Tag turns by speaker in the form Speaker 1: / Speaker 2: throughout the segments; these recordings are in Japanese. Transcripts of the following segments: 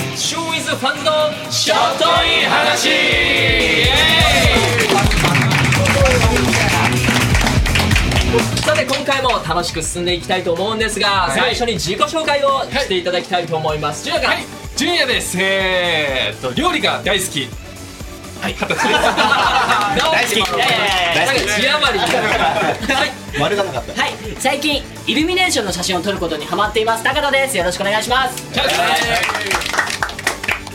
Speaker 1: ズファンズのショートイン話イエーイさて今回も楽しく進んでいきたいと思うんですが、最初に自己紹介をしていただきたいと思います。ジュナ
Speaker 2: はい、ジュニアです。えー、っと料理が大好き。はい、二十歳です。
Speaker 1: 大好き。なんか字余り。はい。
Speaker 3: 丸がなかった
Speaker 4: はい、最近イルミネーションの写真を撮ることにハマっています高田ですよろしくお願いします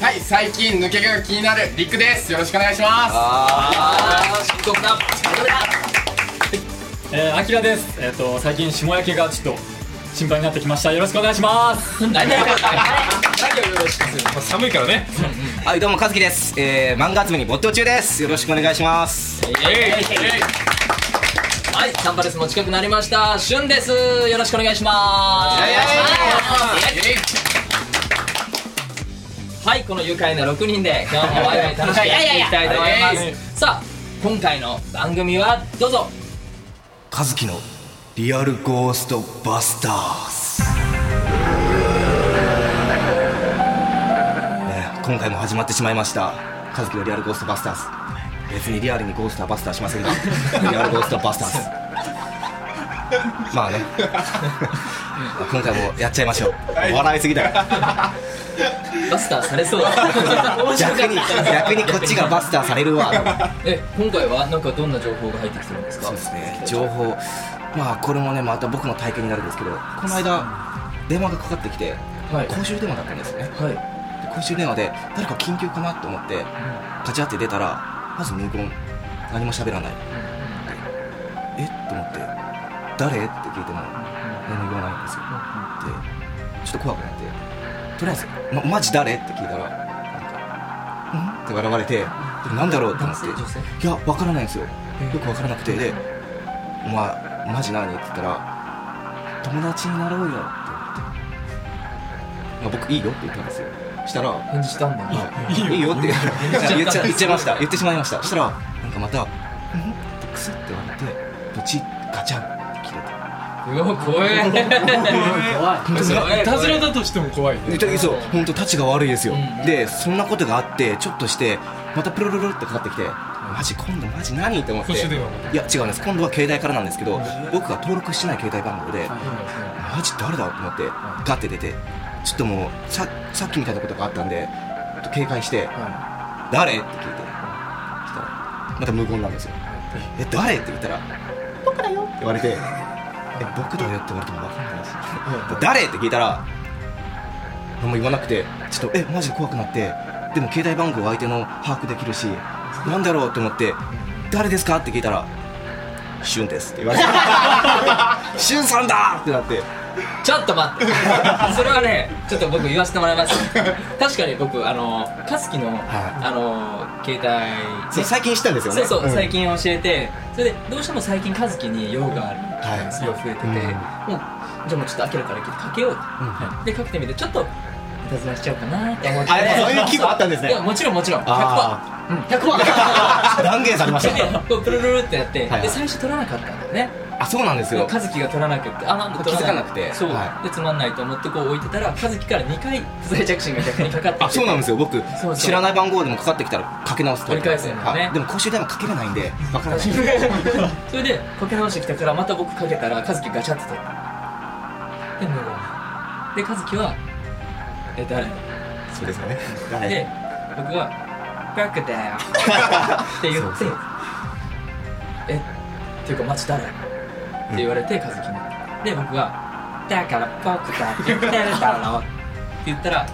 Speaker 5: はい、最近抜け毛が気になるリックです。よろしくお願いしま
Speaker 1: ああ、深刻な。
Speaker 6: えー、あきらです。えっ、と、最近霜焼けがちょっと心配になってきました。よろしくお願いします。
Speaker 1: 何だよ。何をよろしくする。
Speaker 2: まあ寒いからね。
Speaker 3: はいどうも和樹です、えー、漫画集めに没頭中ですよろしくお願いします
Speaker 1: はい、サンパレスも近くなりました。しゅんです。よろしくお願いします。はい、この愉快な6人で今日もワイワイ楽しくやっていきたいと思います。さあ、今回の番組はどうぞ。
Speaker 3: 和樹のリアルゴーストバスターズ、ね今回も始まってしまいました和樹のリアルゴーストバスターズ別にリアルにゴーストはバスターしませ んがリアルゴーストバスターズ まあね今回もやっちゃいましょう笑いすぎだよ
Speaker 1: バスターされそうだ。
Speaker 3: 逆に逆にこっちがバスターされるわ
Speaker 1: え、今回はなんかどんな情報が入ってきてるんですか
Speaker 3: そうですね情報まあこれもねまた僕の体験になるんですけどこの間電話がかかってきて、
Speaker 1: はい
Speaker 3: 公衆電話だったんですよね
Speaker 1: は
Speaker 3: で公衆電話で誰か緊急かなと思ってカチャって出たらまず無言何も喋らない、えっと思って誰って聞いても何も言わないんですよでちょっと怖くなってとりあえず、ま、マジ誰って聞いたらなんか「ん?」って笑われてでなんだろうと思って
Speaker 1: 男性女性
Speaker 3: いやわからないんですよよくわからなくてで「お前マジ何?」って言ったら「友達になろうよ」って言って、まあ、僕いいよって言ったんですよしたら
Speaker 1: い。返事したんだね。
Speaker 3: いいよって言っちゃ言っちゃいました言ってしまいましたそしたらなんかまた「ん?」ってクスって言われてブチッガチャンって切れた
Speaker 1: うわ、怖え。
Speaker 3: 本当に
Speaker 2: いたずらだとしても怖いね。
Speaker 3: 言ったそう本当たちが悪いですよ、
Speaker 1: ん
Speaker 3: でそんなことがあってちょっとしてまたプルルルってかかってきてマジ今度マジ何って思って
Speaker 2: 公衆電話
Speaker 3: いや違うんです今度は携帯からなんですけど僕が登録してない携帯番号でマジ誰だと思ってガッて出てちょっともうささっきみたいなことがあったんでちょっと警戒して「誰?」って聞いてそしたらまた無言なんですよ「え誰?」って言ったら「僕だよ」って言われて「え僕だよ」って言われても分かんないです誰って聞いたら何も言わなくてちょっとえマジで怖くなってでも携帯番号は相手の把握できるしなんだろうと思って誰ですかって聞いたら「しゅんです」って言われて 「しゅんさんだ!」ってなって
Speaker 1: ちょっと待って。 それはね、ちょっと僕言わせてもらいます。確かに僕、あの、カスキの、あの、携帯。
Speaker 3: そう最近知ったんですよ
Speaker 1: そ
Speaker 3: ね
Speaker 1: うそう、
Speaker 3: ん
Speaker 1: 最近教えてそれでどうしても最近和樹に用がある
Speaker 3: はい
Speaker 1: すごい増えてて、
Speaker 3: うん
Speaker 1: もうじゃあもうちょっと明らかにかけようと、でかけてみてちょっといたずらしちゃおうかなって思って
Speaker 3: あやっぱそういう気分あったんですね
Speaker 1: いやもちろんもちろん100%
Speaker 3: あ
Speaker 1: うん100%
Speaker 3: 断言されま
Speaker 1: そ
Speaker 3: し
Speaker 1: れ で
Speaker 3: た
Speaker 1: こうプルルルってやって、
Speaker 3: はい
Speaker 1: で最初取らなかったんだよね
Speaker 3: あそうなんです
Speaker 1: 和
Speaker 3: よ
Speaker 1: 樹が取らなくてあなんか取ら
Speaker 3: 気づかなくて
Speaker 1: そう、
Speaker 3: は
Speaker 1: でつまんないと思ってこう置いてたら和樹から2回不在着信が逆にかかってきて
Speaker 3: あそうなんですよ僕
Speaker 1: そう
Speaker 3: 知らない番号でもかかってきたらかけ直すタイプ
Speaker 1: 取り返すよね
Speaker 3: はいでも公衆電話かけれないんでわからな い
Speaker 1: それでかけ直してきたからまた僕かけたら和樹ガチャって取ったで無言で和樹は「え誰?
Speaker 3: そうですよねは」い
Speaker 1: で僕は「僕だよ」って言って「えっていうかマジ誰?」って言われて和樹にで僕が「だから僕だって言ってるだろ」って言ったら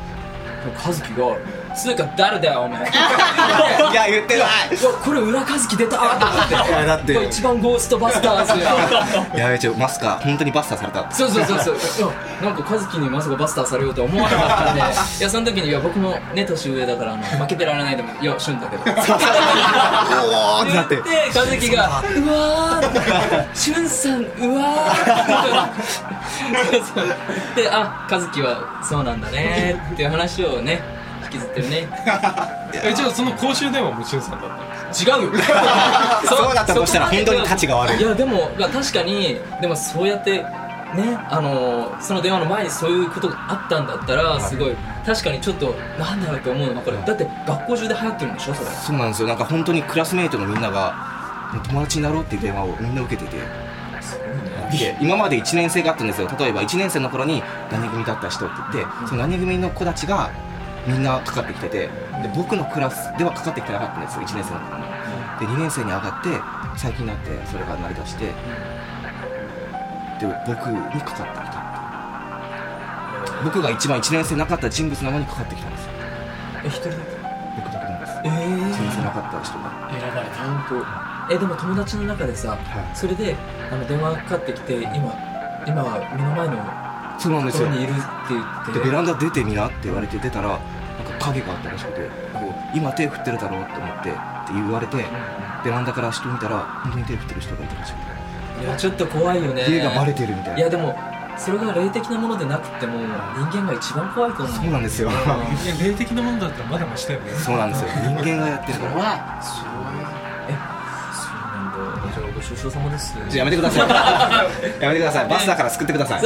Speaker 1: 和樹が「つうか誰だよ お前」
Speaker 3: いや言ってない
Speaker 1: いやこれ裏和樹出たーと思って
Speaker 3: いやだって
Speaker 1: これ一番ゴーストバスターズ
Speaker 3: やべちょマスカ本当にバスターされた
Speaker 1: そうそうそうそういやなんか和樹にまさかバスターされようとは思わなかっ たんでいやその時にいや僕もね年上だからあの負けてられないでもいや旬だ けど
Speaker 3: おおってなって
Speaker 1: で和樹が「うわ ー」旬さんうわー」そうそうで「あ和樹はそうなんだね」っていう話をね引きずってるね
Speaker 2: え、じゃあその公衆電話もしゅんさんだったの。
Speaker 1: 違うよ
Speaker 3: そうだったとしたら本当に価値が悪
Speaker 1: い
Speaker 3: い
Speaker 1: やでもまあ確かにでもそうやってねあのーその電話の前にそういうことがあったんだったらすごい確かにちょっとなんだろうって思うのがこれだって学校中で流行ってるんでしょそれ
Speaker 3: そうなんですよなんか本当にクラスメイトのみんながもう友達になろうっていう電話をみんな受けててで今まで1年生があったんですよ例えば1年生の頃に何組だった人って言ってその何組の子たちがみんなかかってきててで僕のクラスではかかってきてなかったんですよ1年生の頃にで2年生に上がって最近になってそれが成り立してで僕にかかってきたって僕が一番1年生なかった人物なのにかかってきたんですよ
Speaker 1: え一人だけ
Speaker 3: 僕だけなんです
Speaker 1: え
Speaker 3: 1年生
Speaker 1: ー
Speaker 3: なかった人が
Speaker 6: 選ばれた
Speaker 1: 本当えでも友達の中でさ
Speaker 3: は
Speaker 1: それであの電話かかってきて今今は目の前の
Speaker 3: いそうなんで
Speaker 1: と
Speaker 3: す
Speaker 1: こ
Speaker 3: よ
Speaker 1: ろにいるって言って
Speaker 3: でベランダ出てみなって言われて出たらなんか影があったらしくてこう今手振ってるだろうって思ってって言われてベランダから人見たら本当に手振ってる人がいたらしく
Speaker 1: いやちょっと怖いよね
Speaker 3: て家がバレてるみ
Speaker 1: い
Speaker 3: たい
Speaker 1: や
Speaker 3: な
Speaker 1: でもそれが霊的なものでなくても人間が一番怖いと思う
Speaker 3: そうなんですよ
Speaker 7: いや霊的なものだったらまだましたよね
Speaker 3: そうなんですよ人間がやってるから
Speaker 4: 怖い
Speaker 1: そうなんだじゃあご愁傷様です
Speaker 3: じゃあやめてくださいやめてくださいバスだから救ってください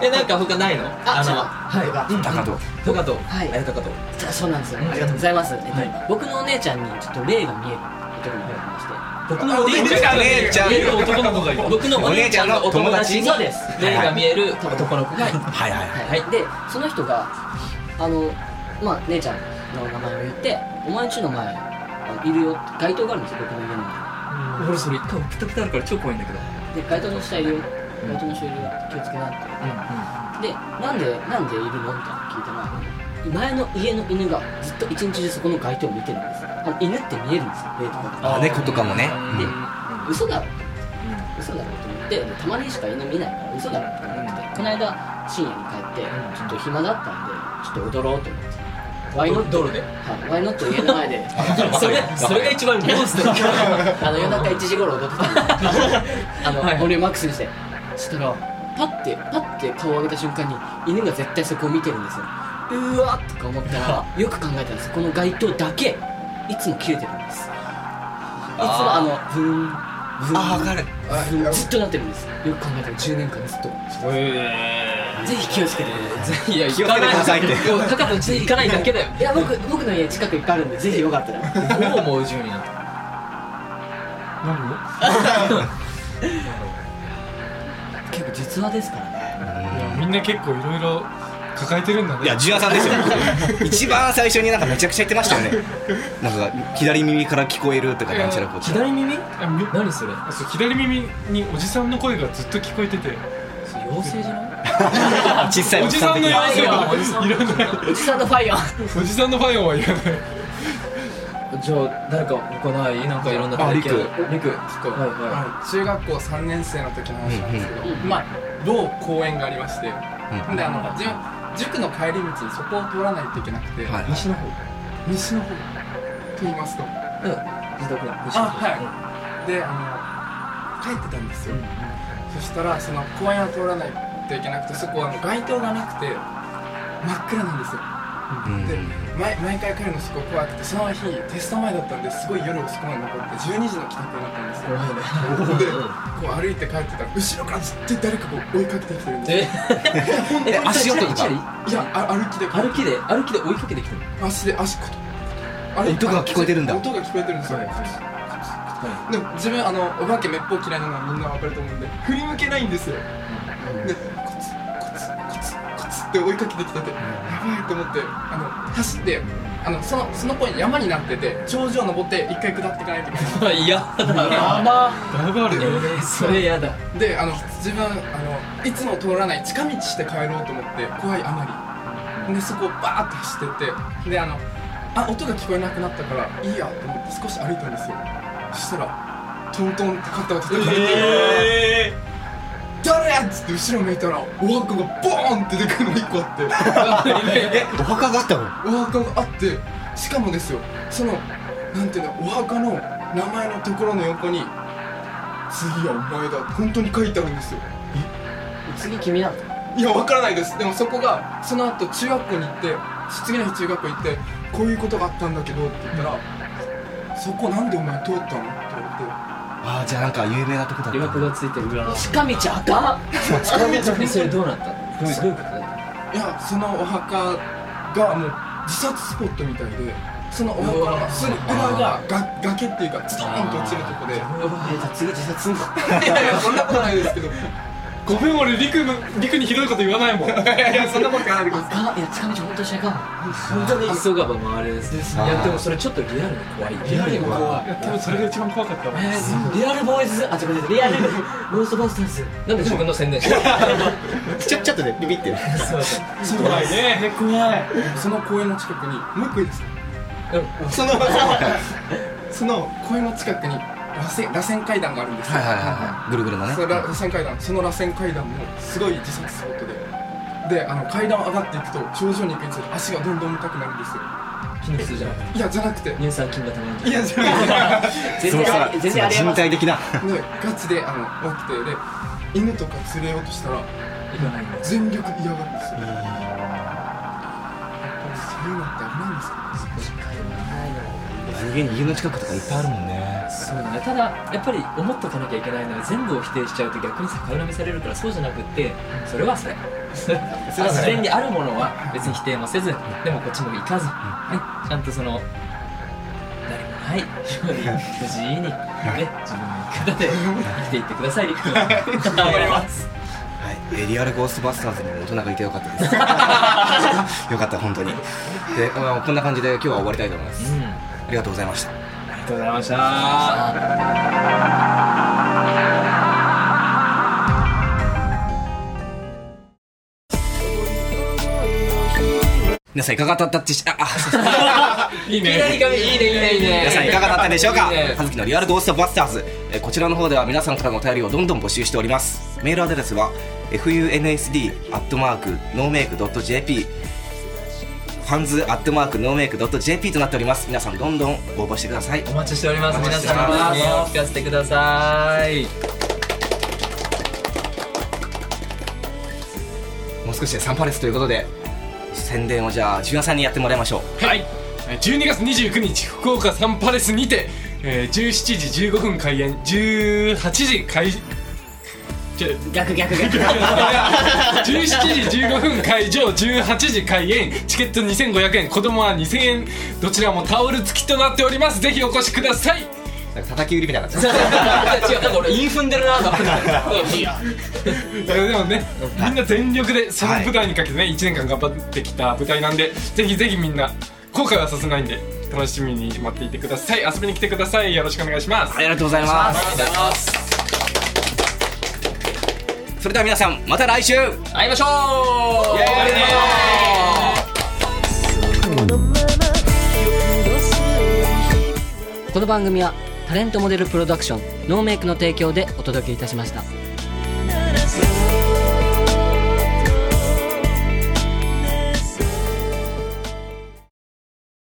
Speaker 1: えなんか他ないの
Speaker 4: あ
Speaker 1: の
Speaker 4: そう
Speaker 1: はいうん
Speaker 3: 高藤
Speaker 1: トカト
Speaker 4: はい
Speaker 1: あれトカト
Speaker 4: そうそうなんですよ
Speaker 1: うん
Speaker 4: ありがとうございます、えっと
Speaker 1: はい
Speaker 4: 僕のお姉ちゃんにちょっと霊が見える男の子がいまして
Speaker 1: 僕のお姉ちゃん
Speaker 3: お姉ちゃ
Speaker 1: 見える
Speaker 3: ん
Speaker 1: 男の子がいる僕のお姉ちゃんのお友達に
Speaker 4: そうです
Speaker 1: 霊が見える男の子がいる
Speaker 3: はいはいはい
Speaker 4: はい、でその人があのまあ姉ちゃんの名前を言って「お前んちの前あいるよ」街灯があるんですよ僕の家の
Speaker 1: 俺それ多分プタプタあるから超怖いんだけど
Speaker 4: 前で街灯の下いるよ街灯の下いるよ気をつけなってでなんでなんでいるのみたいな聞いたら前の家の犬がずっと一日中そこの街灯を見てるんですあの犬って見えるんですよ霊とか
Speaker 3: あ猫とかもね
Speaker 1: うん
Speaker 4: で
Speaker 1: うん
Speaker 4: 嘘だろ嘘だろと思ってでたまにしか犬見ないから嘘だろと思ってて、この間深夜に帰って
Speaker 1: うん
Speaker 4: ちょっと暇だったんでちょっと踊ろうと思ってワイノット
Speaker 1: 道路で
Speaker 4: はい、ワイノット家の前で
Speaker 1: それそれが一番ゴーストだ
Speaker 4: あの夜中1時頃踊ってたんであの、
Speaker 1: はい
Speaker 4: 俺マックスにしてそしたらパッてパッて顔を上げた瞬間に犬が絶対そこを見てるんですようわっとか思ったらよく考えたらそこの街灯だけいつも切れてるんですいつもあのブーンブーン
Speaker 3: あ分かる
Speaker 4: ブーンずっとなってるんですよく考えたら10年間ずっとぜひ気をつけてください
Speaker 1: いや
Speaker 3: 気をつけてくださいって
Speaker 1: 行かないもうトカト家行かないだけだよ
Speaker 4: いや僕僕の家近くいっぱいあるんでぜひよかったら
Speaker 1: どう思う順位なの
Speaker 4: 結構実話ですからね
Speaker 7: いやみんな結構いろいろ抱えてるんだね
Speaker 3: いや純也さんですよ一番最初になんかめちゃくちゃ言ってましたよねなんか左耳から聞こえるとかなんちゃらこうちゃら
Speaker 1: 左耳
Speaker 7: あみ
Speaker 1: 何それ
Speaker 7: あそう左耳におじさんの声がずっと聞こえてて
Speaker 1: それ妖精じゃない
Speaker 3: 小さい
Speaker 7: おじさんの
Speaker 3: 的な
Speaker 7: 妖精
Speaker 1: おじさんの
Speaker 7: はい
Speaker 1: 妖精
Speaker 7: らない
Speaker 4: おじさんのファイヤー
Speaker 7: おじさんのファイオはいらない
Speaker 1: じゃあ誰か他ないなんかいろんな
Speaker 3: あ
Speaker 1: 体
Speaker 3: リク
Speaker 1: 験リク聞こうはいは
Speaker 5: はい中学校3年生の時の話なんですけど、まあ某公園がありまして、
Speaker 3: うん
Speaker 5: であのじゅ塾の帰り道そこを通らないといけなくて、
Speaker 3: はい
Speaker 1: い西の方
Speaker 5: 西の方と言いますと
Speaker 1: うん自宅の西
Speaker 5: あ
Speaker 1: の方
Speaker 5: はであの帰ってたんですよ、
Speaker 1: うんうん
Speaker 5: そしたらその公園を通らないといけなくてそこはあの街灯がなくて真っ暗なんですよ
Speaker 3: うん
Speaker 5: で毎毎回帰るのすごい怖くてその日テスト前だったんですごい夜遅くまで残って12時の帰宅に
Speaker 1: 怖いね
Speaker 5: なったんですよでこう歩いて帰ってたら後ろからずっと誰かこう追いかけてきてるん
Speaker 1: ええ
Speaker 5: ですよ
Speaker 3: 足音とか
Speaker 5: いやあ歩きで
Speaker 1: 歩きで歩きで追いかけてきてる
Speaker 5: 足で足ことあれ
Speaker 3: 音が聞こえてるんだ
Speaker 5: 音が聞こえてるんですよ、でも自分あのお化けめっぽう嫌いなのはみんなわかると思うんで振り向けないんですよ、でコツコツコツコツって追いかけてきてて、やばいと思ってあの走ってあのそのその公園山になってて頂上登って一回下っていかないといけない
Speaker 1: のいやだ
Speaker 4: ま
Speaker 7: だいぶある
Speaker 1: え
Speaker 7: よ
Speaker 1: ーそれやだ
Speaker 5: であの自分あのいつも通らない近道して帰ろうと思って怖いあまりでそこをバーッと走ってってであのあ音が聞こえなくなったからいいやと思って少し歩いたんですよそしたらトントンって肩を叩かれて、誰やっつって後ろ向いたらお墓がボーンってでかいの1個あって
Speaker 3: えお墓があったの
Speaker 5: お墓があってしかもですよそのなんていうのお墓の名前のところの横に「次はお前だ」本当に書いてあるんですよ
Speaker 4: 次君なの
Speaker 5: いや、わからないです。でもそこが、その後中学校に行って、次の日中学校行って、こういうことがあったんだけどって言ったら、そこなんでお前通ったのって言われて、
Speaker 3: ああじゃあなんか有名なとこだった
Speaker 1: 余白がついてる
Speaker 6: わ
Speaker 4: 近道あか
Speaker 1: 近道それどうなったのすごいことだよ
Speaker 5: いやそのお墓がもう自殺スポットみたいでそのお墓のすぐ裏がが崖っていうかズドーンと落ちるとこで
Speaker 4: んえじゃあ次自殺すんの
Speaker 5: いやいやそんなことないですけどい
Speaker 7: ごめん俺陸の陸にひどいこと言わないもん
Speaker 5: やいやそんなことないでください
Speaker 4: あいや近道本当にしないか
Speaker 1: 本当に急がば回れですいやでもそれちょっとリアルに怖いリアルに怖い
Speaker 7: いや多分それが一番怖かったわ
Speaker 4: えーリアルボーイズあ違う違うリアルゴーストバスターズ
Speaker 1: なんで自分の宣伝してる
Speaker 3: ちょちょっとねビビってる
Speaker 1: そうそう
Speaker 7: 怖いね怖 い
Speaker 5: その公園の近くにもう一個いいですか
Speaker 1: うん
Speaker 5: そのその公園の近くに螺旋螺旋階段があるんですよ
Speaker 3: はいはいはいはいぐるぐるのね
Speaker 5: そのら螺旋階段その螺旋階段もすごい自殺スポットでであの階段上がっていくと頂上に行くにつれて足がどんどん重たくなるんですよ
Speaker 1: 筋肉痛じゃなくて
Speaker 5: いやじゃなくて
Speaker 1: 乳酸菌がたまるんだ
Speaker 5: いやじゃなくて
Speaker 4: 全
Speaker 3: そう
Speaker 4: 然あ
Speaker 3: さ
Speaker 4: り全然ありえ
Speaker 3: 人
Speaker 4: ます
Speaker 3: 体的な
Speaker 5: でガチであの起きてで犬とか連れようとしたら
Speaker 1: 行かないんだ
Speaker 5: 全力嫌がるんですよやっぱりそういうのって危ないんですか
Speaker 3: 人間家の近くとかいっぱいあるもんね
Speaker 1: そうだねただやっぱり思っとかなきゃいけないのは全部を否定しちゃうと逆に逆恨みされるからそうじゃなくってそれは それ自然にあるものは別に否定もせずでもこっちも行かず、ね、ちゃんとその誰もないように無事に、ね、自分の生き方で生きていってください陸君 頑張ります
Speaker 3: はい、えリアルゴーストバスターズにも大人がいてよかったですよかった本当にで、まあ、こんな感じで今日は終わりたいと思いま
Speaker 1: う
Speaker 3: す
Speaker 1: ん
Speaker 3: ありがとうございました
Speaker 1: ありがとうございました
Speaker 3: 皆さんいかがだったでしああ
Speaker 1: いいねいいねいいねいいね
Speaker 3: 皆さんいかがだったでしょうか
Speaker 1: いいね
Speaker 3: 葉月のリアルゴーストバスターズえーこちらの方では皆さんからのお便りをどんどん募集しておりますメールアドレスは funsd.nomake.jp ファンズアットマークノーメイクドット JP となっております皆さんどんどん応募してください
Speaker 1: お待ちしております
Speaker 3: お待
Speaker 1: 皆
Speaker 3: ちしておりま
Speaker 1: 様
Speaker 3: す
Speaker 1: メールを聞かせてください
Speaker 3: もう少しでサンパレスということで宣伝をじゃあ純也さんにやってもらいましょう
Speaker 7: はいえー12月29日福岡サンパレスにて、えー、17時15分開演18時開ちょ
Speaker 4: 逆逆 逆
Speaker 7: 17時15分会場18時開演チケット2500円子供は2000円どちらもタオル付きとなっておりますぜひお越しください
Speaker 3: なんか叩き売りみたいにな
Speaker 1: 違
Speaker 3: っち
Speaker 1: う
Speaker 3: ゃっ
Speaker 1: なんか俺イン踏んでるなと思 っていや
Speaker 7: いやでもねみんな全力でその舞台にかけてね1年間頑張ってきた舞台なんでぜひぜひみんな後悔はさせないんで楽しみに待っていてください遊びに来てくださいよろしくお願いします
Speaker 3: たありがとうござい
Speaker 1: い
Speaker 3: ま
Speaker 1: ただきます
Speaker 3: すそれでは皆さんまた来週
Speaker 1: 会いましょう
Speaker 4: この番組はタレントモデルプロダクションノーメイクの提供でお届けいたしました
Speaker 8: Soul.